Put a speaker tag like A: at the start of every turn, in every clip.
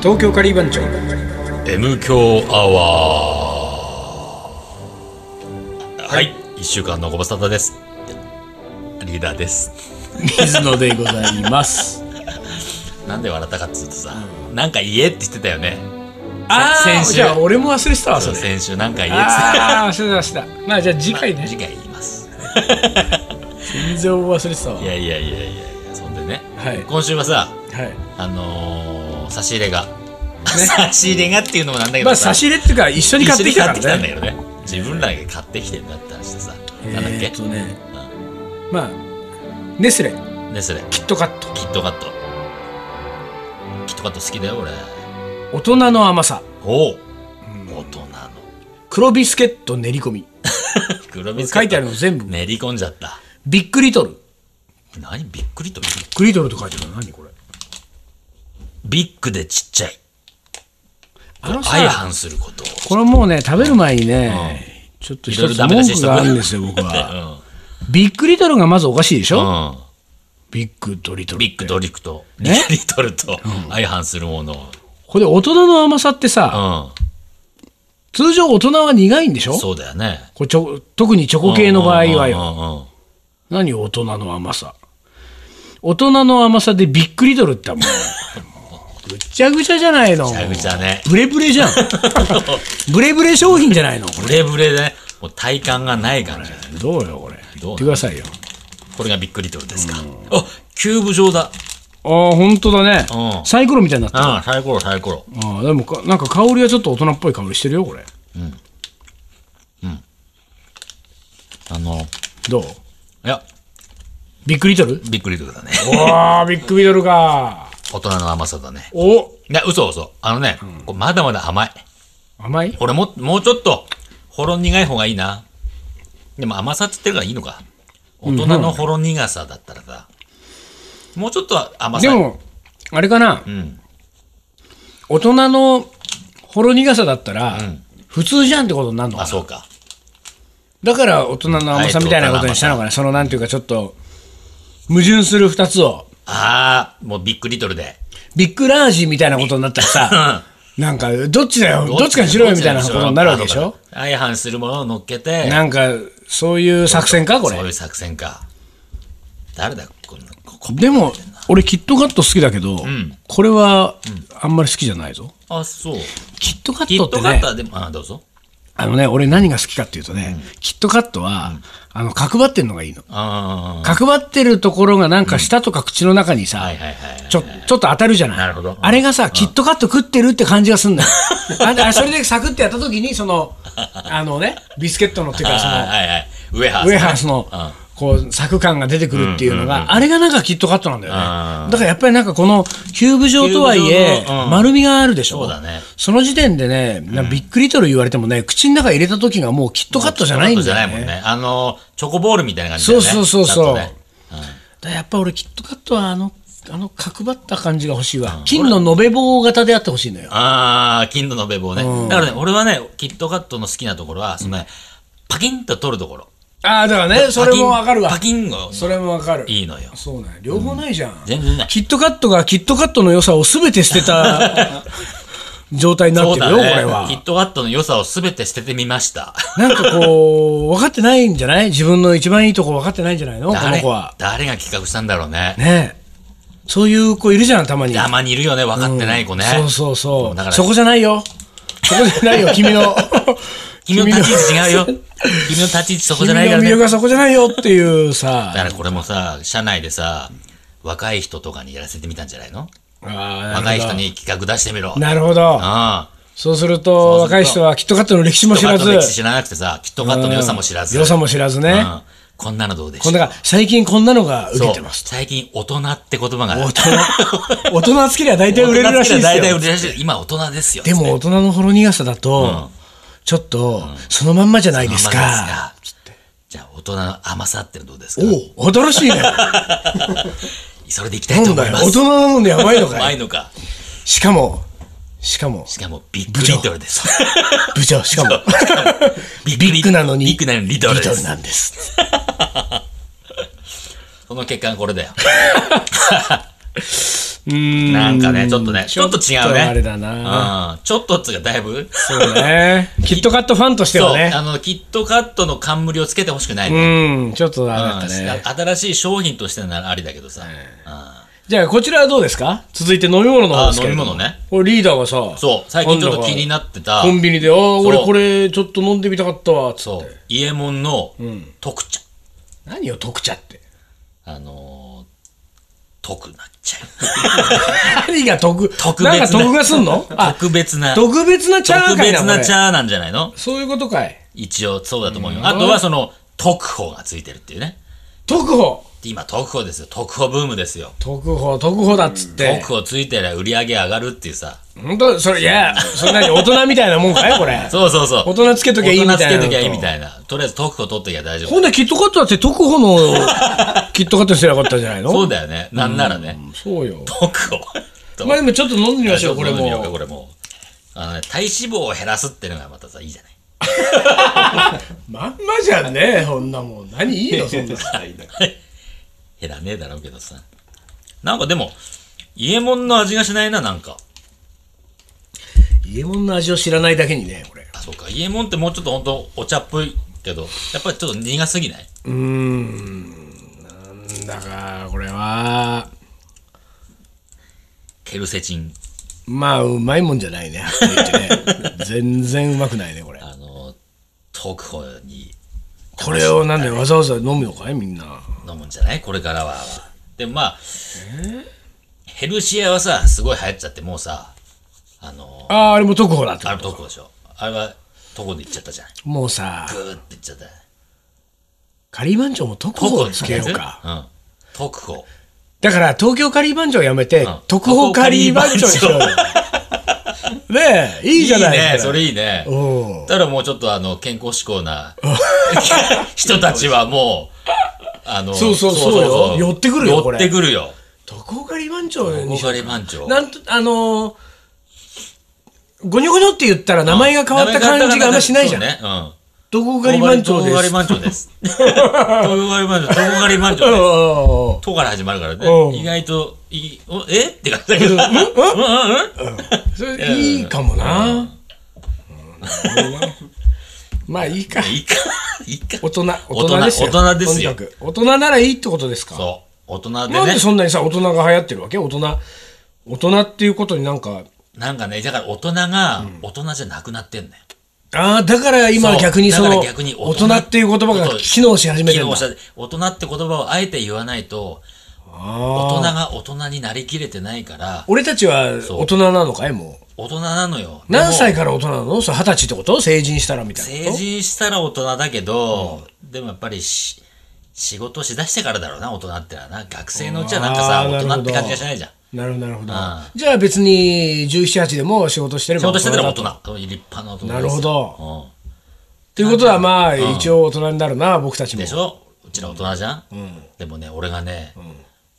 A: 東京カリー番長
B: M 強アワーはい一週間のご無沙汰ですリーダーです
C: 水野でございます。
B: なんで笑ったかっつうとさ、なんか言えって言ってたよね
C: あ
B: 先
C: あ、
B: 週
C: じゃあ俺も忘れてたわ、そ
B: そう
C: れ。
B: 先週なんか言えって
C: ああ、忘れてました。まあじゃあ次回
B: 言ってた次
C: ね。
B: 回言います
C: 全然忘れてたわ
B: い。やいやいやいやいやそんでね、
C: はい
B: 今週はさ
C: はい。
B: あのー差し入れが、 差し入れがっていうのもなんだけど
C: まあ差し入れっていうか一緒に買ってきたか
B: 一緒
C: ら
B: に買
C: ね。
B: ってきたんだけどね自分らが買ってきてんだって話でさ、なんだっ
C: えー
B: け
C: っとね、まあ、ネスレ、
B: ねそれ
C: キットカット、
B: キットカットキットカット好きだよ俺
C: 大人の甘さ、
B: おお、大人の
C: 黒ビスケット練り込み。
B: 黒ビスケ
C: 書い
B: ット
C: てあるの全部、
B: 練り込んじゃった
C: ビッグリトル。
B: 何びっくりと
C: クリトルと書いてあるの何これ。
B: ビッグでちっちゃい
C: あの
B: 相
C: さ、
B: 反することを
C: これもうね、食べる前にね、ちょっと
B: いろ
C: 一
B: いろ
C: つ
B: ダ
C: 文
B: メ出し
C: 句
B: しとく
C: があるんですよ、僕 は。ビッグリトルがまずおかしいでしょ
B: うん
C: ビッグとリトル。
B: ビッグとリクとリ
C: ね
B: リトルと相反するもの
C: これ大人の甘さってさ、
B: を
C: 通常大人は苦いんでしょ
B: うんそうだよね
C: これちょ特にチョコ系の場合はよ。
B: よ
C: 何大人の甘さ。大人の甘さでびっくり取るってもう。ぐっちゃぐちゃじゃないの。
B: ぐちゃぐちゃね
C: ブレブレじゃ ん。ブレブレ商品じゃないの。こ
B: ブレブレでねもう体感がない感じだね
C: れどうよ、これ。
B: どう
C: 言
B: なの
C: ってくださいよ。
B: これがビッグリトルですかあキューブ状だ
C: ああ、本当だね
B: う。ん
C: サイコロみたいになった。あ
B: うんサイコロサイコロ
C: あ、でもか、なんか香りはちょっと大人っぽい香りしてるよ、これ。
B: あのい
C: どう
B: や
C: びっくり取る
B: ビッグリトルだね
C: わあ、びっくり取るか。
B: 大人の甘さだね
C: お
B: いや嘘嘘あのねこれまだまだ甘い
C: 甘い
B: 俺ももうちょっとほろ苦い方がいいなでも甘さっつってるからいいのか大人のほろ苦さだったらさもうちょっと甘
C: で
B: さ
C: も、あれかな、
B: ん
C: 大人のほろ苦さだったら、
B: ん
C: 普通じゃんってことになるのか
B: あ
C: な
B: そうか
C: だから大人の甘さみたいなことにしたのかな、そのなんていうかちょっと、矛盾する二つを、
B: ああもうビッグリトルで
C: ビッグラージみたいなことになったらさ、なんか、どっちだよ、どっちかにしろよみたいなことになるわけでしょ
B: 相反するものを乗っけて
C: なんか、そういう作戦か、こ
B: そうい
C: れ。
B: う作戦か誰だこんなここ
C: でも、俺キットカット好きだけど、
B: ん
C: これは、あんまり好きじゃないぞ。
B: あそう
C: キットカ
B: キ
C: ット
B: ッ
C: って
B: ト
C: ね。
B: カットはでもあどうぞ
C: あのね、俺何が好きかっていうとね、キットカットは、あの、角張ってんのがいいの。
B: あ
C: 角張ってるところがなんか舌とか口の中にさ、
B: あはいはいはい
C: ちょ、ちょっと当たるじゃない。
B: なるほどうん
C: あれがさ、キットカット食ってるって感じがすん だよ。ああそれでサクってやった時に、その、あのね、ビスケットのっていうか、そ
B: あー
C: の、
B: はいはいウェハース
C: ウェハースの
B: うん、
C: こう、サク感が出てくるっていうのが、あれがなんかキットカットなんだよね。
B: あ
C: だからやっぱりなんかこの、キューブ状とはいえ
B: キューブ状のうん、
C: 丸みがあるでしょ。
B: そうだね
C: その時点でね、なびっくりとる言われてもね、口の中入れた時がもうキットカットじゃないん
B: ちょっとじゃ
C: だ
B: ない
C: よ
B: もん
C: ね。
B: ね。あの、チョコボールみたいな感じだよね。
C: そうそうそうそう
B: ちょっとね
C: だからやっぱ俺キットカットはあの、あの角張った感じが欲しいわ。金の延べ棒型であってほしいのよ。
B: ああ、金の延べ棒ね。だからね、俺はね、キットカットの好きなところは、そのね、パキンと取るところ。
C: ああ、だからね、それもわかるわ
B: パ。キンを、
C: それもわかる。
B: いいのよ。
C: そうね、両方ないじゃん。
B: 全然ない。
C: キットカットがキットカットの良さを全て捨て た状態になってるよ、これ
B: キッ
C: は。
B: トカットの良さをすべて捨ててみました。
C: なんかこう、分かってないんじゃない自分の一番いいとこ分かってないんじゃないのこの
B: 誰
C: 子は。
B: 誰が企画したんだろうね。
C: ねえ。そういう子いるじゃん、たまに。
B: たまにいるよね、分かってない子ね。
C: そうそうそ
B: だか
C: う。
B: ら
C: そこじゃない よ。そこじゃないよ、君の。
B: 君の立ち位置違うよ。君の立ち位置そこじゃないから
C: 君の魅力
B: ね。
C: がそこじゃないよっていうさ。
B: だからこれもさ、社内でさ、若い人とかにやらせてみたんじゃないの若
C: 若
B: い人。に企画出してみろ。
C: なるほど。
B: ああ。
C: そうすると、
B: そうすると
C: 若い人はキットカットの歴史も
B: キッ
C: 知ら
B: トカットの歴史
C: ず。
B: 知らなくてさ、キットカットの良さも知らず。
C: 良さも知らず
B: う
C: ね。
B: んこんなのどうでし
C: こ
B: ょ
C: んな
B: う
C: が最近こんなのが受
B: そ
C: け
B: う
C: てます。
B: 最近大人って言葉が。
C: 大 人。大人好きりゃ大体売れるらしいです
B: 大体売
C: よ。
B: れるらしい。今大人ですよ。
C: でも大人のほろ苦さだと、ちょっと、そのまんまじゃないです
B: まあま
C: か。
B: あですか。じゃあ大人の甘さってのどうですか
C: おう新 しいね。
B: それでいきたいと
C: なんだ
B: 思い
C: よ
B: ま。
C: 大
B: す。
C: 人なのでやばいの
B: 甘
C: かい。
B: いのか。
C: しかも、しかも、
B: しかもビッグリト ルです。
C: 部長、しかも、
B: ビ
C: ビッグなのに、
B: ビッグなのにリトルで
C: リトル
B: す。
C: なんです。
B: その結果がこれだよ。
C: うん
B: なんかねちょっとねちょっと違うね
C: あれだな。
B: うん、ちょっとっつうかだいぶ
C: そうね。キットカットファンとして
B: そ
C: は
B: う、
C: ね。
B: あの、キットカットの冠をつけてほしくない、ね
C: うん、ちょっとあれだった
B: うん
C: ね。
B: 新しい商品としてならありだけどさ、う
C: じゃあ、こちらはどうですか続いて飲み物の方ですけれども
B: あ飲み物ね。
C: これリーダーがさ、
B: んそう、最近ちょっと気になってた
C: コ、ンビニで、ああ、
B: そう
C: 俺これちょっと飲んでみたかったわ、つっ
B: そう
C: て。、
B: 伊右衛門の特茶。
C: 何よ、特茶って。
B: あのー、特なっちゃ
C: 何が特、
B: 特別な
C: なんか特がすんの
B: う。
C: あ、
B: 特別な、特
C: 特別なチャーかいな、
B: 別
C: こ
B: な
C: れ
B: チ。ャーなんじゃないの
C: そういうことかい。
B: 一応そうだと思うよ。あとはその、特報がついてるっていうね。
C: 特報
B: 今、特報ですよ。特報ブームですよ。
C: 特報、特報だっつって。
B: 特報ついたら売り上げ上がるっていうさ。
C: 本当それ、いや、それ何、大人みたいなもんかいこれ。
B: そうそうそう。
C: 大人つけときゃいいみたいなの
B: 大人
C: と
B: つけときゃいいみたいな。とりあえず特許取っときゃ大丈
C: ほ
B: 夫。
C: んで、キットカットだって特保の キットカットにすればよかったんじゃないの
B: そうだよね。なんならね。
C: そうよ。
B: 特許。
C: まあでもちょっと飲んでみましょう、これ
B: 飲んでみようか
C: も
B: こ。れもう。あのね、体脂肪を減らすっていうのがまたさ、いいじゃない。
C: まんまじゃんね、そんなもん。何いい の、そんな。
B: 減らねえだろうけどさ。なんかでも、伊右衛門の味がしないな、なんか。
C: 伊右衛門の味を知らないだけにね、これ。
B: あ、そうか。伊右衛門ってもうちょっとほんとお茶っぽいけど、やっぱりちょっと苦すぎないう
C: ーん。なんだか、これは、
B: ケルセチン。
C: まあ、うまいもんじゃないね。はっきり言ってね 全然うまくないね、これ。
B: あの、特保に
C: これをなんでわざわざ飲むのかいみんな。
B: 飲むんじゃないこれからは。でもまあ、ヘルシアはさ、すごい流行っちゃって、もうさ、あの、
C: ああ、あれも特保だって
B: あ。れどこでしょあれは、どこで行っちゃったじゃん。
C: もうさ、
B: ぐーって行っちゃった。
C: カリーマンチョウも特
B: 特
C: 保
B: 保
C: つけようか。。
B: うん。特保。
C: だから、東京カリー番長やめて、
B: ん
C: 特報カリー番長にしようよ。ねえ、いいじゃない
B: ね
C: で。す
B: そ
C: か。
B: れいいね。
C: おう
B: たらもうちょっとあの、健康志向な 人たちはもう、あの、
C: そうそうそうよ寄ってくるよこれ
B: 寄ってくるよ。
C: 特報カリー番長
B: お
C: にしよ
B: かれ番長
C: う。。なんと、あのー、ゴニョゴニョって言ったら名前が変わった感じがあんましないじゃん。
B: そうね。うん。
C: 特報カリー番長
B: 東
C: で
B: 狩り
C: す。
B: 番長です。東狩り番長、東狩り番長
C: おう
B: で
C: おう
B: す。
C: おう
B: とから始まるから
C: うん
B: ね。意外と、いおえって感じだけど。うんうんうん
C: それいいかもな。うん まあいいか。
B: いいか、いいか。
C: 大人、大人ですよ。
B: 大人ですよ
C: とにかく大人ならいいってことですか。
B: そう。大人で
C: なん
B: ね
C: で。そんなにさ、大人が流行ってるわけ大人、大人っていうことになんか、
B: なんかね、だから大人が大人じゃなくなってんだよ。
C: ああ、だから今
B: そう
C: 逆にそ
B: だ
C: の、
B: から逆に
C: 大人っていう言葉が機能し始めてるん
B: 機能
C: だ。
B: した大人って言葉をあえて言わないと、大
C: あ
B: 人
C: あ
B: が大人になりきれてないから、
C: 俺たちは大人なのかいもう。
B: 大人なのよ。
C: 何歳
B: で
C: から大人なのそれ二十歳ってこと成人したらみた
B: も
C: いなこと。
B: 成人したら大人だけど、でもやっぱりし、仕事しだしてからだろうな、大人ってのはな。学生のうちはなんかさ、
C: あー
B: 大
C: なる
B: 人
C: ほ
B: っ
C: ど
B: て感じがしないじゃん。
C: なるほど、なるほど
B: あ。
C: じゃあ別に17、18でも仕事してれ
B: 仕
C: ば
B: 事してたら大
C: だと。
B: 人。立派な大人ですよ
C: なるほど。
B: うん
C: ということはまあ、一応大人になるな、僕たちも
B: で。しょうちら大人じゃん、でもね俺がね、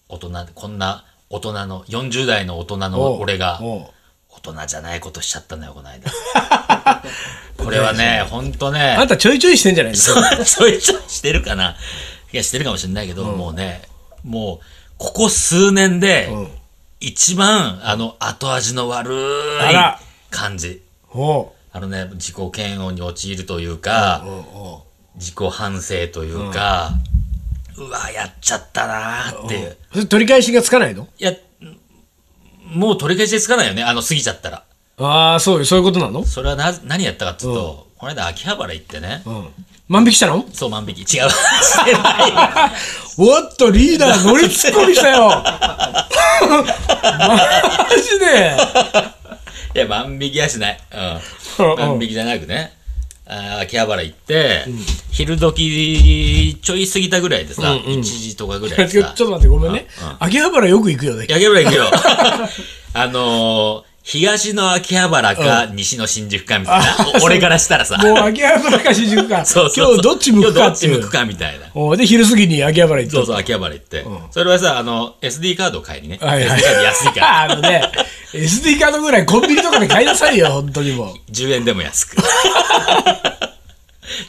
B: 大人こんな大人の40代の大人
C: お
B: の
C: う
B: 俺が
C: おう
B: 大人じゃないことしちゃったのよこの間これ はねほんとね
C: あんたちょいちょいしてんじゃないですか。
B: ちょいちょいしてるかないやしてるかもしれないけど、もうねもうここ数年で、一番あの後味の悪
C: あ
B: い
C: ら
B: 感じ
C: おう
B: あのね自己嫌悪に陥るというか、
C: おうおう
B: 自己反省というか、うわやっちゃったなーっていう、
C: それ取り返しがつかないの
B: いやもう取り返しつかないよねあの過ぎちゃったら
C: ああ、そうよ、そういうことなの
B: それはな何やったかっていうと、この間秋葉原行ってね、
C: うん。万引きしたの
B: そう万引き違う してない
C: おっと、リー ダー、乗りツッコミしたよマジで
B: いや万引きはしない、
C: うんうん
B: うん、万引きじゃなくねあー秋葉原行って、昼時ちょい過ぎたぐらいでさ、1時とかぐらい で
C: ちょ
B: さ
C: っと待って、ごめんね。秋葉原よく行くよね。
B: やけば 行くよ。あのー、東の秋葉原か、西の新宿かみたいな。お俺からしたらさ。
C: もう秋葉原か新宿か。
B: そうそうそう
C: 今日どっち向くか
B: 今日どっ
C: って
B: ち
C: い
B: 向
C: う
B: く。かみたいな。
C: おで、昼過ぎに秋葉原行った。
B: そうそう、秋葉原行って。それはさ、あの、SD カードを買いにね。
C: はいはい
B: SD カード安いから。
C: あのね、SD カードぐらいコンビニとかで買いなさいよ、本当にもう。
B: 10円で も安く。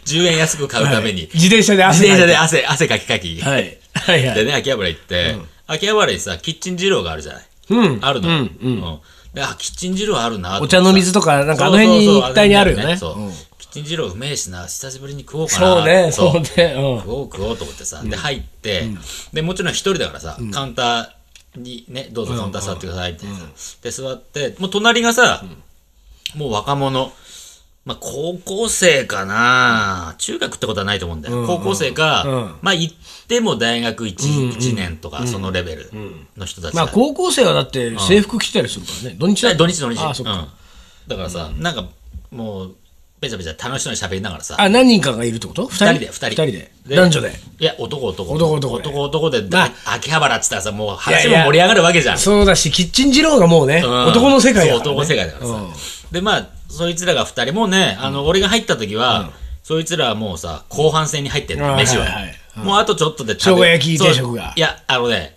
B: 10円安く買うために。
C: 自転車で
B: 自
C: 汗かいて
B: 転車で汗、汗かきかき。
C: はい。はいは
B: で
C: い。
B: ね、秋葉原行って、秋葉原にさ、キッチン二郎があるじゃない。
C: うん。
B: あるのよ。
C: うんうん
B: うんであ、キッチン汁はあるなと思
C: お
B: ってさ
C: 茶の水とか、なんかあの辺
B: そう
C: に
B: そうそう
C: 一帯にあるよね。
B: そう、キッチン汁うめえしな、久しぶりに食おうかな。
C: そうね、
B: そ
C: そううね。うん
B: 食おう食おうと思ってさ、で入って、でもちろん一人だからさ、カウンターにねどうぞカウンター座ってくださいってさ、で座ってもう隣がさ、もう若者まあ高校生かな、中学ってことはないと思うんだよ、高校生か、
C: うん
B: まあ行っても大学 1,、一年とかそのレベルの人たち
C: ま
B: が、
C: あ、高校生はだって制服着たりするからね。土日だ
B: 土日土日
C: あ、そっか。
B: うん、だからさ、なんかもうべちゃべちゃ楽しそうに喋りながらさ
C: あ、何人かがいるってこと二
B: 二人で二人
C: 二人で。
B: で
C: 男女で。
B: いや、男男。
C: 男男で
B: 男男で、
C: まあ
B: 秋葉原って言ったらさ、もう
C: いや
B: 話
C: い
B: も
C: や
B: 盛り上がるわけじゃん。
C: そうだし、キッチン二郎がもうね、
B: うん
C: 男の世界だからね。
B: そう、男の世界だからさ。で、まあ、そいつらが二人、もうね、あの、俺が入った時は、そいつらはもうさ、後半戦に入ってんの、
C: うん
B: 飯は
C: はいはいはい。
B: もうあとちょっとで
C: 生姜焼き
B: そう
C: 定食が
B: いや、あのね、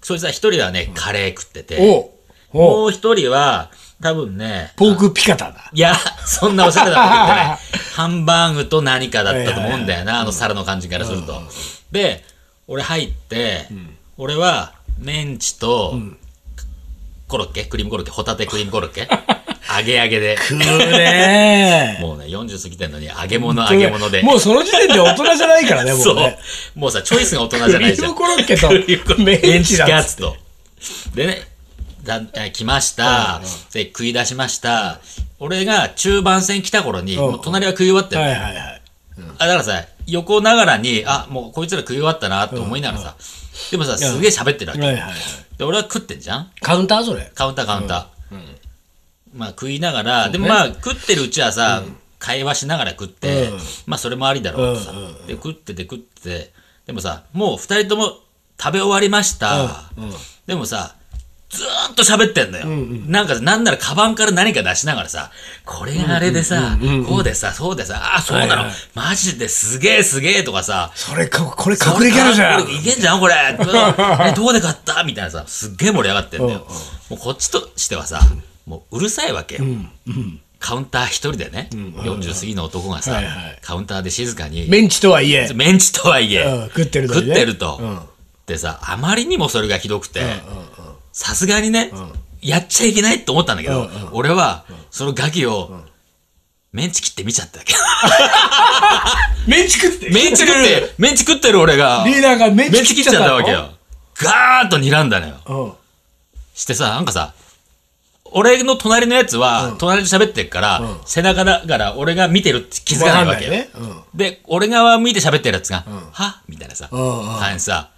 B: そいつら一人はね、カレー食ってて、
C: おうおう
B: もう一人は、多分ね、
C: ポークピカタだ。
B: いや、そんなおしゃれなこと言ってない。 ハンバーグと何かだったと思うんだよな、あの皿の感じからすると。で、俺入って、俺はメンチと、コロッケ、クリームコロッケ、ホタテクリームコロッ ケ、揚げ揚げで。
C: く ね
B: もうね、40過ぎてんのに揚げ物揚げ物で。
C: もうその時点で大人じゃないからね、も
B: そう
C: ね。
B: う。もうさ、チョイスが大人じゃないじゃん。
C: クリームコロッケと
B: クリームコロッケ
C: メンチだっつって
B: メガツと。でね、だえ来ました。で、食い出しました。俺が中盤戦来た頃に、
C: ん
B: もう隣は食い終わってる
C: はいはいはい。
B: あ、だからさ、横ながらに、あ、もうこいつら食い終わったなと思いながらさ、でもさ、すげえ喋ってるわけ。
C: はいはいはい。
B: で、俺は食ってんじゃん
C: カウンターそれ。
B: カウンターカウンター。まあ食いながら、でもまあ食ってるうちはさ、会話しながら食って、
C: うん
B: まあそれもありだろうってさ、
C: う
B: で食ってて食ってて、でもさ、もう二人とも食べ終わりました。でもさ、ずーっと喋ってんのよ。なんか、なんなら、カバンから何か出しながらさ、これがあれでさ、こうでさ、そうでさ、ああ、そうなの、
C: はいはい
B: マジですげえすげえとかさ、
C: それか、これ隠れキャラじゃん
B: こ。れいけんじゃんこ れ。うんえどこで買ったみたいなさ、すっげえ盛り上がってんだよ。もうこっちとしてはさ、もううるさいわけよ。カウンター一人でね、40過ぎの男がさ
C: はいはい、
B: カウンターで静かに、
C: メンチとはいえ。
B: メンチとはいえ
C: うん、食ってるの
B: 食
C: に
B: っ
C: ね
B: てると
C: うん。
B: でさ、あまりにもそれがひどくて、さすがにね、やっちゃいけないと思ったんだけど、俺は、そのガキを、メンチ切って見ちゃったわけ。
C: メンチ食って
B: メンチ食って、 メンチ食ってる俺が、
C: リーダーがメン
B: メン
C: チ
B: チ切
C: 切
B: っ
C: っ
B: ち
C: ち
B: ゃ
C: ゃっ
B: っ
C: たた
B: わけよ。ガーッと睨んだのよ。
C: よ。
B: してさ、なんかさ、俺の隣のやつは、隣で喋ってるから、背中だから俺が見てるって気
C: う
B: づ
C: ん。
B: かないわ
C: わかん
B: け
C: ない
B: よ。
C: ね。うん
B: で、俺側見て喋ってるやつが、はみたいなさ、
C: うんうん
B: 感じさ、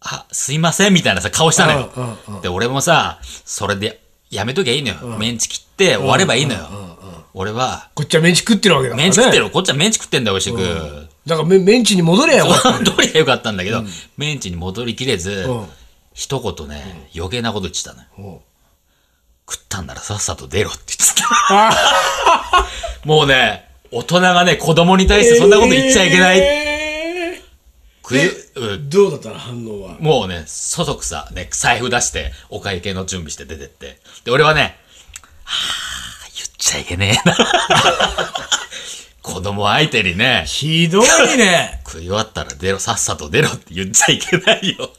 B: あ、すいませんみたいなさ、顔したのよ。
C: うんう
B: で、俺もさ、それでやめときゃいいのよ。メンチ切って終わればいいのよ。俺は、
C: こっちはメンチ食ってるわけだからね。
B: メンチ食ってる、こっちはメンチ食ってんだよ、美味しく。
C: だからメメンチに戻れよ。
B: 戻りゃよかったんだけど、メンチに戻りきれず、
C: うん
B: 一言ね、余計なこと言ってたのよ。
C: おう
B: 食ったんならさっさと出ろって言ってた。もうね、大人がね、子供に対してそんなこと言っちゃいけない。
C: え
B: 食いう
C: ー
B: ん
C: どうだったら反応は。
B: もうね、そそくさ、ね、財布出して、お会計の準備して出てって。で、俺はね、はぁ、言っちゃいけねえな。 子供相手にね、
C: ひどいね。
B: 食い終わったら出ろ、さっさと出ろって言っちゃいけないよ。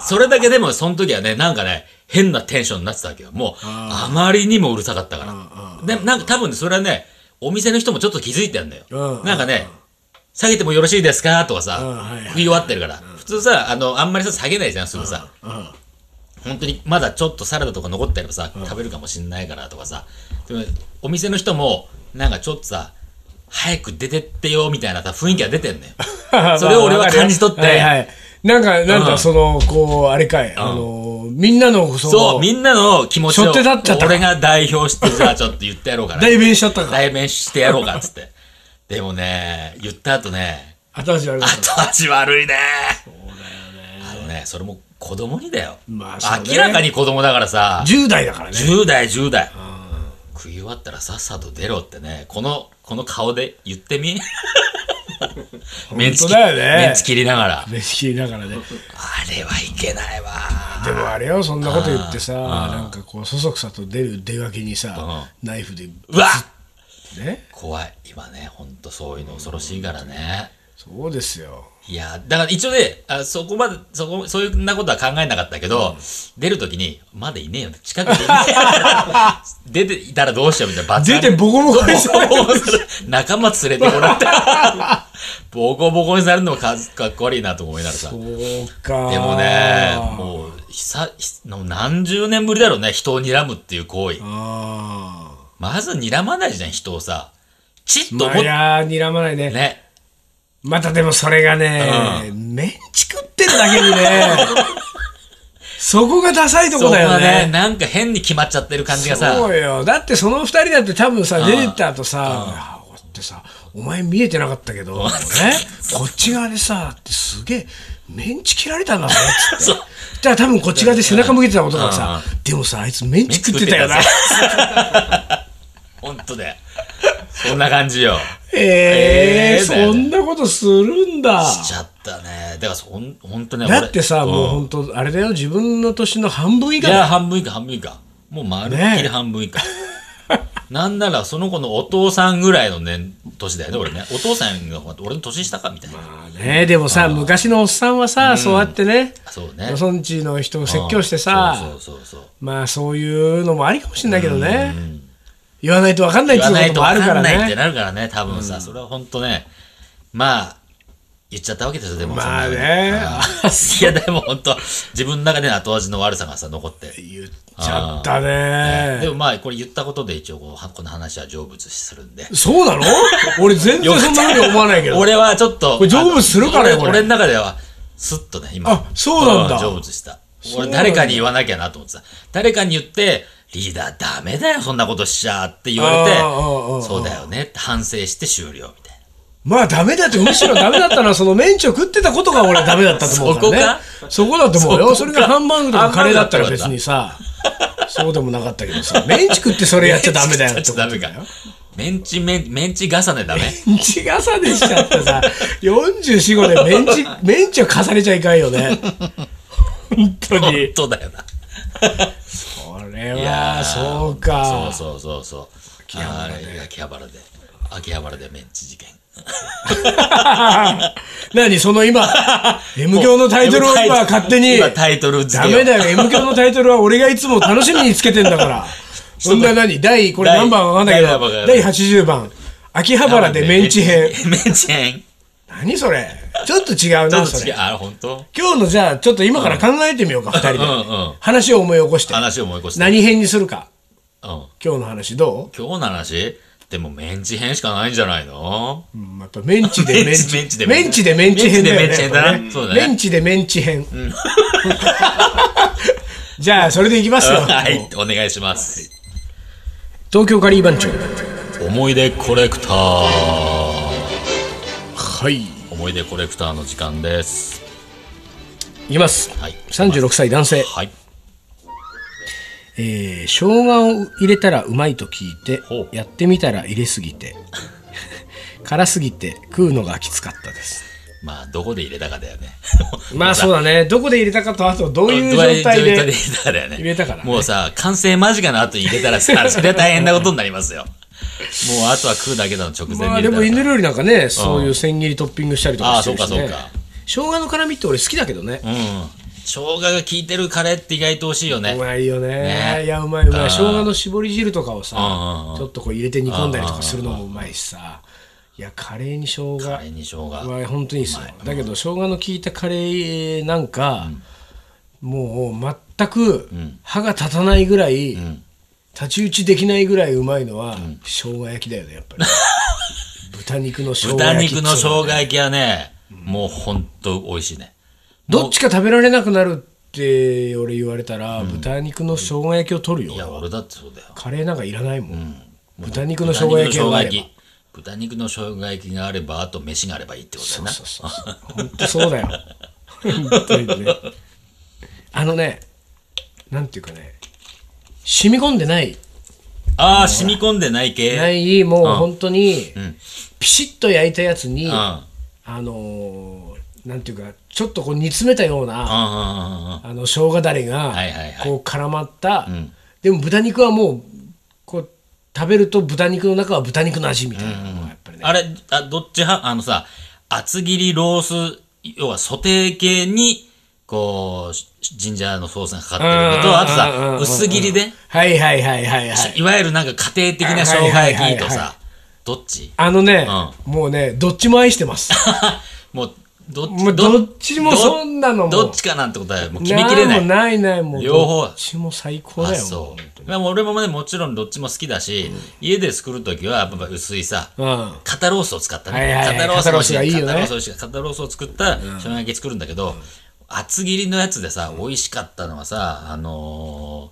B: それだけでも、その時はね、なんかね、変なテンションになってたわけよ。もう、あまりにもうるさかったから。で、なんか多分ねそれはね、お店の人もちょっと気づいてんだよ
C: うん。
B: なんかね、下げてもよろしいですかとか
C: うんはい
B: さ
C: は、い
B: 食い終わってるから。普通さ、あの、あんまりさ、下げないじゃん、すぐさ。本当にまだちょっとサラダとか残ってればさ、食べるかもしんないからとかさ、でもお店の人も、なんかちょっとさ、早く出てってよみたいなさ、雰囲気が出てんのよ。それを俺は感じ取って
C: はいはいなんか、なん
B: うん
C: かその、こう、あれかい。あの、みんなの、
B: そう、
C: その
B: み、んなの気持ち
C: し
B: を
C: ょって立っちゃった
B: 俺が代表して、じゃあちょっと言ってやろう かな。
C: 代弁しちゃったから。
B: 代弁してやろうかっつって。でもね、言った後ね、
C: 後味悪かった。
B: 後味悪いね。あのね、それも子供にだよ。
C: まあそうね
B: 明らかに子供だからさ、
C: 10代だからね。
B: 10代、10代。食い終わったらさっさと出ろってね、この、この顔で言ってみメンチ
C: 本当
B: 切
C: だよね
B: メンチ切りながら。
C: 飯切りながらね。
B: あれはいけないわ。
C: でもあれよ、そんなこと言ってさ、なんかこう、そそくさと出る出がけにさ、ナイフで、
B: うわ
C: ね。
B: 怖い。今ね、ほんとそういうの恐ろしいからね。
C: そうですよ。
B: いやーだから一応ねあそこまでそこそういうなことは考えなかったけど、出るときにまだいねえよ近く でいねえ出ていたらどうしようみたいな罰
C: 出てボコボコにされる
B: そうそう 仲間連れてこられたボコボコにされるのもかかっこ悪いなと思いながらさ
C: そ
B: で
C: うか。
B: もねもう久々何十年ぶりだろうね人を睨むっていう行為
C: ああ。
B: まず睨まないじゃん人をさチッと
C: ま
B: 思
C: あ、
B: っ
C: い
B: て
C: やー、睨まないね。
B: ね
C: またでもそれがね、メンチ食ってるだけにね、そこがダサいとこだよ
B: そこはね
C: ね。
B: なんか変に決まっちゃってる感じがさ
C: そうよ。だってその二人だって多分さ、出てった後さ、いやこうやってさ、お前見えてなかったけど、 ね、こっち側でさ、ってすげえ、メンチ切られたんだぞ、つって。だから多分こっち側で背中向けてたことがさ、でもさ、あいつメンチ食ってたよな。
B: 本当だよ。そんな感じよ。
C: ええ
B: えーだよ
C: そ
B: ね
C: んなことするんだ。
B: しちゃったね。だからそ、ほん、ほんとね、
C: だってさ、
B: 俺
C: もう本当あれだよ、自分の年の半分以
B: い
C: 下だよ
B: や、半分以下、半分以下。もうまるっきり半分以下。なんなら、その子のお父さんぐらいの年、年だよね、俺ね。お父さんの方が俺の年下か、みたいな。
C: ね、でもさ、昔のおっさんはさ、そうやってね、
B: そうね
C: よ。そんちの人を説教してさ、
B: そうそうそうそう。
C: まあそういうのもありかもしれないけどね、言わないと分かんないっ
B: 言
C: てい
B: わな
C: う
B: い
C: こと
B: と
C: もあるか
B: 分からんないって
C: ね。
B: なるからね、多分さ、それは本当ね、まあ、言っちゃったわけですよ、でも。
C: まあね
B: そんなこと いや、でも本当、自分の中での後味の悪さがさ、残って。
C: 言っちゃったね。
B: でもまあ、これ言ったことで一応こう、はこの話は成仏する んで。
C: そうなの俺全然そんなふうに思わないけど。
B: 俺はちょっと。
C: これ成仏するからよ
B: あの
C: これ
B: 俺俺の中では、スッとね、今。
C: あそうなんだ
B: 成仏した。
C: うな
B: 俺
C: んだ
B: 誰かに言わなきゃなと思ってさ。誰かに言って、リーダーダメだよ、そんなことしちゃって言われて
C: あーあーあー、
B: そうだよねって反省して終了みたいな。
C: まあダメだって、むしろダメだったのは、そのメンチを食ってたことが俺はダメだったと思うからね。そこだと思う
B: そこ
C: よ。
B: か
C: それがハンバーグとかカレーだったら別にさ、そうでもなかったけどさ、メンチ食ってそれやっちゃダメだよってこ とだ
B: メンチ
C: よ
B: ダメ。メンチ、メンメンチ重ねダメ。
C: メンチ重ねしちゃってさ、44、5でメンチ、メンチを重ねちゃいかんよね。本当
B: 本
C: に。
B: 当だよな。
C: これ
B: いや
C: は、
B: ー
C: そうか。
B: そうそうそうそう秋葉原で秋葉原で秋葉原でメンチ事件
C: 何その今、M 教のタイトルを今勝手に。
B: 今タイトル付
C: ダ
B: け
C: メだよ、M 教のタイトルは俺がいつも楽しみにつけてんだから。そんな何第、これ
B: 第
C: 何番わかんないけ
B: 第
C: ど
B: 何番かわ、かん
C: 第
B: な
C: 80番。秋葉原でメンチ編。
B: メンチ編
C: 何それちょっと違う
B: ちょ
C: な、
B: っと
C: そ
B: 違う
C: れ。
B: あ本当
C: 今日のじゃあ、ちょっと今から考えてみようか、二人で
B: うんうん。
C: 話を思い起こして。
B: 話を思い越して、
C: 何編にするか。
B: うん、今
C: 今日の話ど
B: 日の話でもメンチ編しかないんじゃないの
C: う、うん、やっぱメンチでメンチ。
B: メンチで
C: メンチでメンチ編だよね。
B: メンチでメンチ編だ
C: や
B: な
C: っぱね
B: そうだね
C: メンチでメンチ編。じゃあ、それでいきますよ。
B: はいお願いします
C: 東京カリー番長。
B: 思い出コレクター
C: はい。
B: 思い出コレクターの時間です
C: いきます。
B: はい
C: 36歳男性。
B: はい
C: えー、生姜を入れたらうまいと聞いて
B: ほう
C: やってみたら入れすぎて 辛すぎて食うのがきつかったです
B: まあどこで入れたかだよね
C: まあそうだねどこで入れたかとあとどういう
B: ドライ
C: 状態
B: 状
C: で
B: 態で入れたからだよね。
C: 入れたからね
B: もうさ、完成間近の後に入れた らさ、それは大変なことになりますよ。もうあとは食うだけだの直前に
C: まあ
B: 入
C: で
B: れた
C: も
B: らさ。
C: 犬料理なんかねそういう千切りトッピングしたりとかしてるし、ね
B: あーそうかそうか
C: 生姜の辛みって俺好きだけどね
B: うん。生姜が効いてるカレーって意外と美味しいよね
C: う。まいよね
B: ね
C: いやうまいうま
B: う
C: い
B: ん
C: 生姜の絞り汁とかをさ
B: うんうんうん
C: ちょっとこう入れて煮込んだりとかするのもうまいしさいやカレーに生姜
B: カレーに生姜。
C: は本当にいいですよだけど生姜の効いたカレーなんか、もう全く歯が立たないぐらい、太刀打ちできないぐらいうまいのは、生姜焼きだよねやっ ぱり豚肉の生姜
B: 豚
C: 焼き
B: 肉の生
C: っていう
B: 姜焼きはね、もうほんと美味しいね。
C: どっちか食べられなくなるって俺言われたら、豚肉の生姜焼きを取るよ
B: いや、俺だってそうだよ。
C: カレーなんかいらないもん、豚肉の生姜
B: 豚肉
C: 焼
B: の生
C: きが
B: 姜
C: あれば
B: 焼き。豚肉の生姜焼きがあれば、あと飯があればいいってことだよな。
C: そうそうそう本当そうだよ本当にねあのねなんていうかね染み込んでない、
B: ああ、染み込んでない系。
C: ないもう本当に、
B: ん
C: ピシッと焼いたやつに、
B: うん。うん
C: あのーなんていうかちょっとこう煮詰めたような、
B: うんうんうん。
C: あの生姜だれが、
B: はいはいはい
C: こう絡まった、
B: ん
C: でも豚肉はもうこう食べると豚肉の中は豚肉の味みたいなのがやっぱりね、
B: あれ、あどっち派あのさ、厚切りロース、要はソテー系に、こう、ジンジャーのソースがかかってるの
C: うん
B: と、あと
C: うんうん
B: さ、薄切りで、
C: はいはいはいはいはい
B: いわゆるなんか家庭的な生姜焼きとさ、どっち
C: あのね、もうねどっちも愛してます
B: もう、どっ
C: もう
B: ど
C: どっちもそんなのも
B: どっちかなんてことはもう 決めきれない。
C: んもないないもう
B: 両方
C: どっちも最高
B: あ
C: だよ
B: そ
C: も
B: う。でも俺もね、もちろんどっちも好きだし、家で作るときは、やっぱ薄いさ、
C: ううん
B: 肩ロースを使った
C: はい
B: ね
C: はいはい。
B: 肩ロース
C: 肩ロ
B: もし
C: ースがいいよね
B: 肩ロース美味しい肩ロースを作った生姜焼き作るんだけど、厚切りのやつでさ、美味しかったのはさ、あの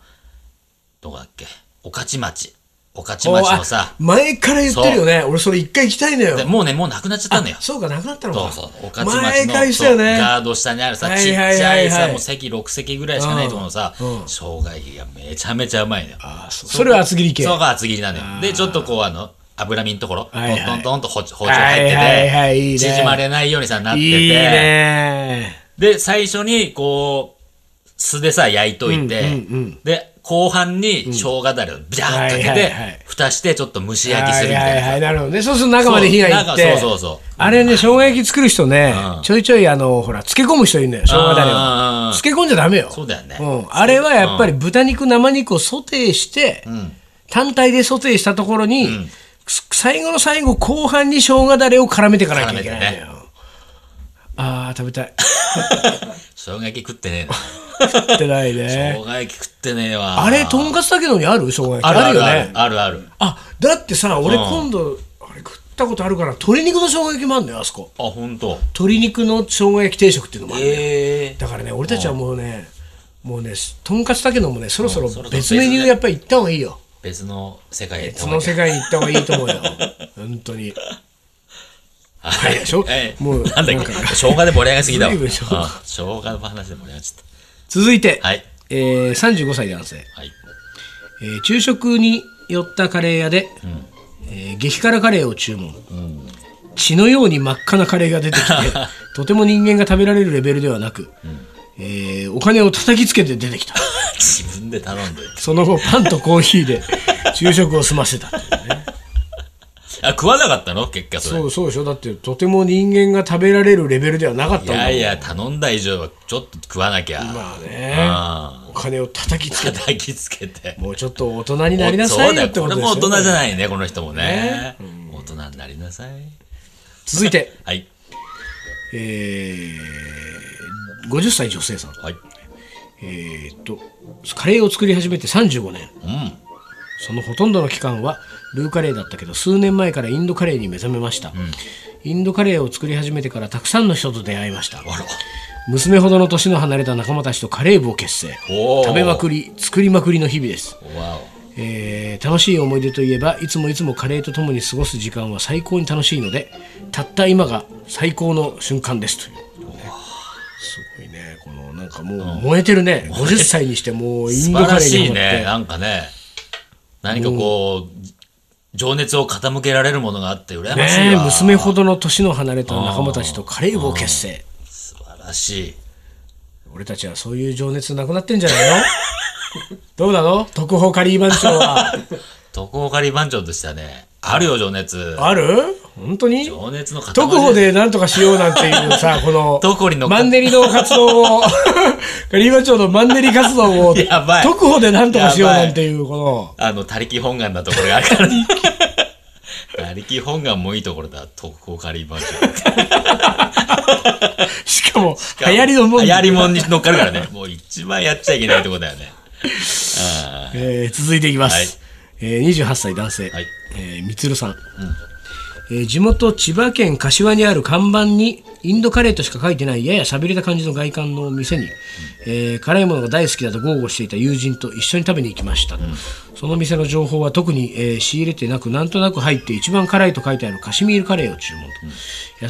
B: ー、どこだっけ、御徒町。御徒町のさ
C: あ、前から言ってるよね俺それ一回行きたいのよ
B: でもうね、もうなくなっちゃったのよ。
C: そうかなくなったの
B: そ
C: か
B: うそう、御徒町の
C: 前から言ってたよ
B: そう
C: ね
B: ガード下にあるさ、
C: は
B: ちっち
C: いはいはいはい
B: ゃいさ、もう席6席ぐらいしかないところのさ、
C: うんうん
B: 生姜焼きがめちゃめちゃうまいのよ。
C: あそうそれは厚切り系
B: そうが厚切りなのよ。で、ちょっとこう、あの、油身のところ、
C: はいはい
B: トントントンと包丁包丁入ってて、
C: はいはいはいいいね
B: 縮まれないようにさ、なってて、
C: いいね
B: で、最初に、こう、素でさ、焼いといて、
C: うんうんうん
B: で、後半に生姜だれをビャーっとか
C: はい
B: けて、
C: はいはい
B: 蓋してちょっと蒸し焼きするみた
C: はい
B: いなさ。
C: はいはい、なるほどね。そうすると中まで火がいって。
B: そう中そうそうそう
C: あれね、生姜焼き作る人ね、ちょいちょい、あの、ほら、漬け込む人いるのよ、生姜だれ
B: うんうんうんう
C: を
B: ん。
C: 漬け込んじゃダメよ。
B: そうだよね
C: ん。あれはやっぱり豚肉、生肉をソテーして、単体でソテーしたところに、す最後の最後、後半に生姜だれを絡めていかなきゃいけないのよ。ああ、食べたい。
B: 生姜焼き食ってね
C: 食ってない
B: えな。
C: ね。
B: 生姜焼き食ってねえわ。
C: あれ、とんかつだけのにある生姜焼き。
B: あるある
C: よ
B: あ
C: ね
B: る。。あるある。
C: あだってさ俺今度、あれ食ったことあるから鶏肉の生姜焼きもあるんだよあそこ
B: あ、ほんと。
C: 鶏肉の生姜焼き定食っていうのもあるんだよ、
B: ええ
C: だからね俺たちはもうね、もうねとんかつだけどもねそろそろ
B: うんそろそろ
C: 別メニューやっぱり行った方がいいよ
B: 別の世界へ行った
C: そ
B: 方がい
C: の
B: い
C: 世界に行った方がいいと思うよ本当に
B: はい
C: でしょ
B: ええ
C: もう
B: なんだっ
C: なん
B: け
C: か
B: 生姜で盛り上がりすぎだわ。う
C: 随
B: ん
C: 分
B: 生
C: 生姜
B: 姜の話で盛り上がっちゃっ
C: 続いて、
B: た。はい。
C: えー、35歳男性、
B: はい。
C: えー昼食に寄ったカレー屋で、えー激辛カレーを注文、血のように真っ赤なカレーが出て きてとても人間が食べられるレベルではなく、えーお金を叩きつけて出てきた
B: 自分で頼んで。
C: その後パンとコーヒー で昼食を済ませたっていうね
B: あ、食わなかったの結果それ。
C: そうそうでしょだってとても人間が食べられるレベルではなかったん
B: い
C: だもん
B: やいや、頼んだ以上はちょっと食わなきゃ。
C: まあ
B: あ
C: ねお金を叩きつけて
B: 叩きつけて。
C: もうちょっと大人になりなさいよって
B: そう
C: こと
B: だよ
C: です
B: こ
C: よ
B: れも大人じゃないね、この人もね。大人になりなさい。
C: 続いて、
B: はい。
C: えー、50歳女性さん
B: はい。
C: えーっとカレーを作り始めて35年
B: うん。
C: そのほとんどの期間はルーカレーだったけど数年前からインドカレーに目覚めました、インドカレーを作り始めてからたくさんの人と出会いました
B: あら。
C: 娘ほどの年の離れた仲間たちとカレー部を結成
B: おー
C: 食べまくり作りまくりの日々です、
B: わ
C: えー楽しい思い出といえばいつもいつもカレーと共に過ごす時間は最高に楽しいのでたった今が最高の瞬間ですという、すごいねこのなんかもう燃えてるね、50歳にしても
B: お。
C: うイ
B: 素
C: ンド
B: 晴
C: カ
B: ら
C: レー
B: し
C: に
B: い
C: ハマって
B: ね。なんかね。何かこう、情熱を傾けられるものがあって、羨ましい
C: ねえ
B: わ。
C: 娘ほどの年の離れた仲間たちとカレー部を結成
B: 素晴らしい。
C: 俺たちはそういう情熱なくなってんじゃないのどうなの 特報カリー番長は
B: 徳岡リ番長としてはね、あるよ、情熱。
C: ある 本当に
B: 情熱の塊
C: 特報でなんとかしようなんていうさ この
B: 特報に乗っかっ
C: マンネリの活動を カリー番長のマンネリ活動を
B: やばい
C: 特報でなんとかしようなんていうこの
B: あの、他力本願なところがあるから。他力本願もいいところだ、特攻カリー番長。
C: しかも 流行りのもん
B: 流
C: だ
B: 行りもんに乗っかるからね。もう一番やっちゃいけないところだよね。あ
C: えー続いていきます、えー28歳男性、
B: はい
C: えーみつるさん、えー地元千葉県柏にある看板にインドカレーとしか書いてないややしゃべれた感じの外観のお店に、えー辛いものが大好きだと豪語していた友人と一緒に食べに行きました、その店の情報は特に、えー仕入れてなくなんとなく入って一番辛いと書いてあるカシミールカレーを注文と、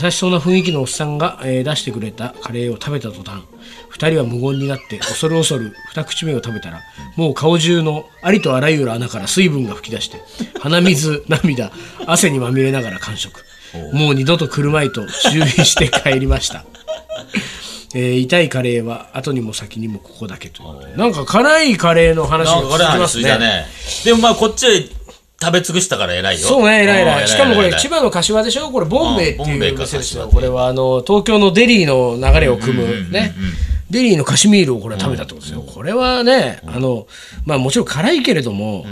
C: 優しそうな雰囲気のおっさんが、えー出してくれたカレーを食べた途端2人は無言になって恐る恐る2口目を食べたらもう顔中のありとあらゆる穴から水分が噴き出して鼻水涙汗にまみれながら完食もう二度と来るまいと注意して帰りました、 えー痛いカレーは後にも先にもここだけということでなんか辛いカレーの話が
B: あ。なんかこれ
C: 続き
B: は
C: ま
B: 普
C: す
B: 通だ
C: ね
B: ね。でもまあ、こっちは食べ尽くしたから偉いよ。
C: そうね、偉い偉
B: うん
C: い。しかもこれ、千
B: 葉。
C: 葉の柏でしょこれ、ボンベイって
B: うんボンベ
C: い
B: イ
C: う
B: か
C: 店ですよ。
B: 柏
C: これは、あの、東京のデリーの流れを組む、ね。デリーのカシミールをこれは食べたってことですよ。これはね、あの、まあもちろん辛いけれども、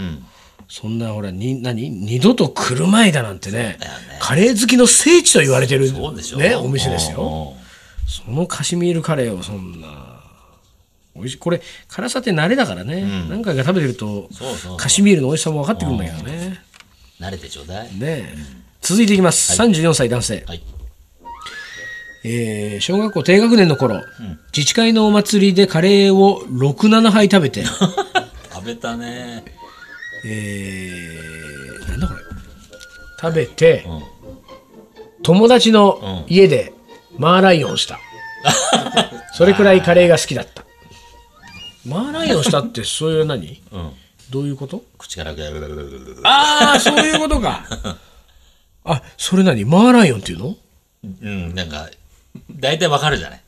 C: そんなほら、に、何二度と来る前だなんてね
B: だよね、
C: カレー好きの聖地と言われてる
B: そうでしょ。
C: ね、お店ですよ。
B: よ。
C: そのカシミールカレーをそんな。美味しいこれ辛さって慣れだからね、何回か食べてると
B: そうそう
C: カシミールの美味しさも分かってくるんだけどね。
B: 慣れてちょうだい。
C: ねえ続いていきます、34歳男性、
B: はい。
C: えー小学校低学年の頃、自治会のお祭りでカレーを67杯食べて
B: 食べたね。
C: えー、なんだこれ食べて、
B: ん
C: 友達の家でマーライオン した、それくらいカレーが好きだ ったマーライオンしたってそういう何
B: うん。
C: どういうこと
B: 口からぐるぐるぐるぐるぐる
C: ああそういうことか あそれ何マーライオンっていうの
B: うん、なんか、大体わかるじゃない。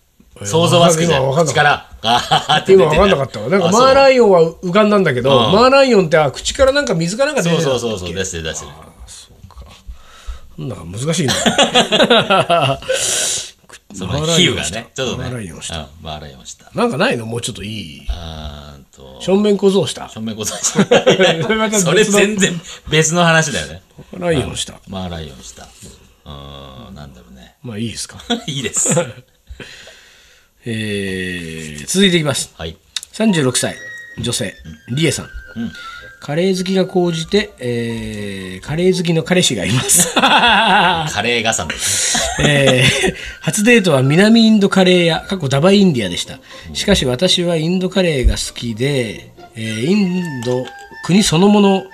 B: 想像はつくじゃ
C: 今わか
B: ん。
C: んな
B: 口から、ガーって出
C: 今
B: て
C: 分
B: る
C: かんなかったわ。なんか
B: あそう
C: マーライオンは浮かんだんだけど、
B: うん
C: マーライオンってあ口からなんか水かなんか出てる
B: そう
C: だ
B: んそ
C: っ
B: う
C: たっ
B: そうそう、
C: け
B: 出してる出してる。
C: なんか難しいな。
B: そ
C: マー
B: の
C: ライ
B: 比
C: オン
B: 喩が
C: した
B: ね、ちょっとね。
C: マーライオンした。
B: うんマーライオンした。
C: なんかないのもうちょっといい。
B: あーんと、
C: 正面小僧した。
B: 正面ご存知それ全然別の話だよね。
C: マーライオンした。
B: マーライオンした。うーん、なんだろうね。
C: まあいいですか。
B: いいです。
C: えー、続いていきます。
B: はい。
C: 36歳、女性、リエさん。カレー好きが高じて、えー、カレー好きの彼氏がいます。
B: カレー傘の。
C: えー 初デートは南インドカレー屋、過去ダバインディアでした。しかし私はインドカレーが好きで、えーインド国そのもの好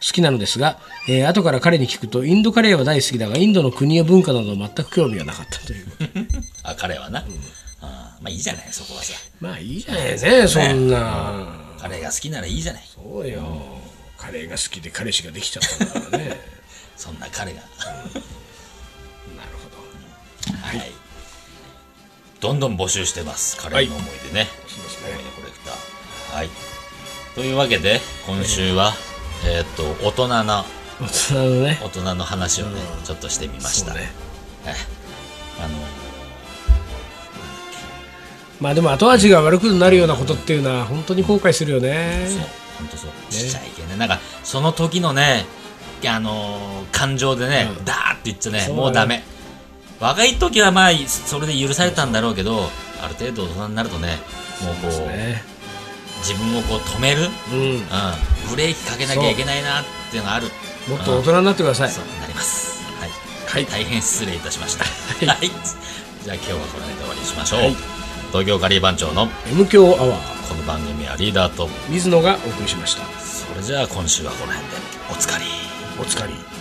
C: きなのですが、えー後から彼に聞くと、インドカレーは大好きだが、インドの国や文化など全く興味がなかったという。
B: あ、カレーはな。あーまあいいじゃない、そこはさ。
C: まあいいじゃないですね、そんな。
B: カレーが好きならいいじゃない。
C: そうよ。カレーが好きで彼氏ができちゃったんだ からね。
B: そんな彼が。
C: なるほど。
B: はい。どんどん募集してます。カレーの思い出ね。
C: そうです
B: 思い
C: ね。
B: 出コレクター。はい。というわけで、今週は、えーっ、と、大人な、
C: 大人のね。
B: 大人の話をね、ちょっとしてみまし
C: そ
B: た。
C: うね。
B: ええあの、
C: まあでも後味が悪くなるようなことっていうのは本当に後悔するよね。
B: そう、本当そう。しちゃいけない。なんか、その時のね、あのー感情でね、ダーって言ってね、
C: そうだね
B: もうダメ。若い時はまあ、それで許されたんだろうけど、ある程度大人になるとね、もうこう、
C: ね。
B: 自分をこう止める
C: うん。
B: うん、ブレーキかけなきゃいけないなっていうのがある
C: もっと大人になってください。
B: そうなりますはい、
C: はい
B: 大変失礼いたしましたはい、
C: は
B: じゃあ今日はこの辺で終わりにしましょう、
C: はい
B: 東京カリー番長の
C: M 強アワー
B: この番組はリーダーと
C: 水野がお送りしました。
B: それじゃあ今週はこの辺でおつかり
C: お疲れ。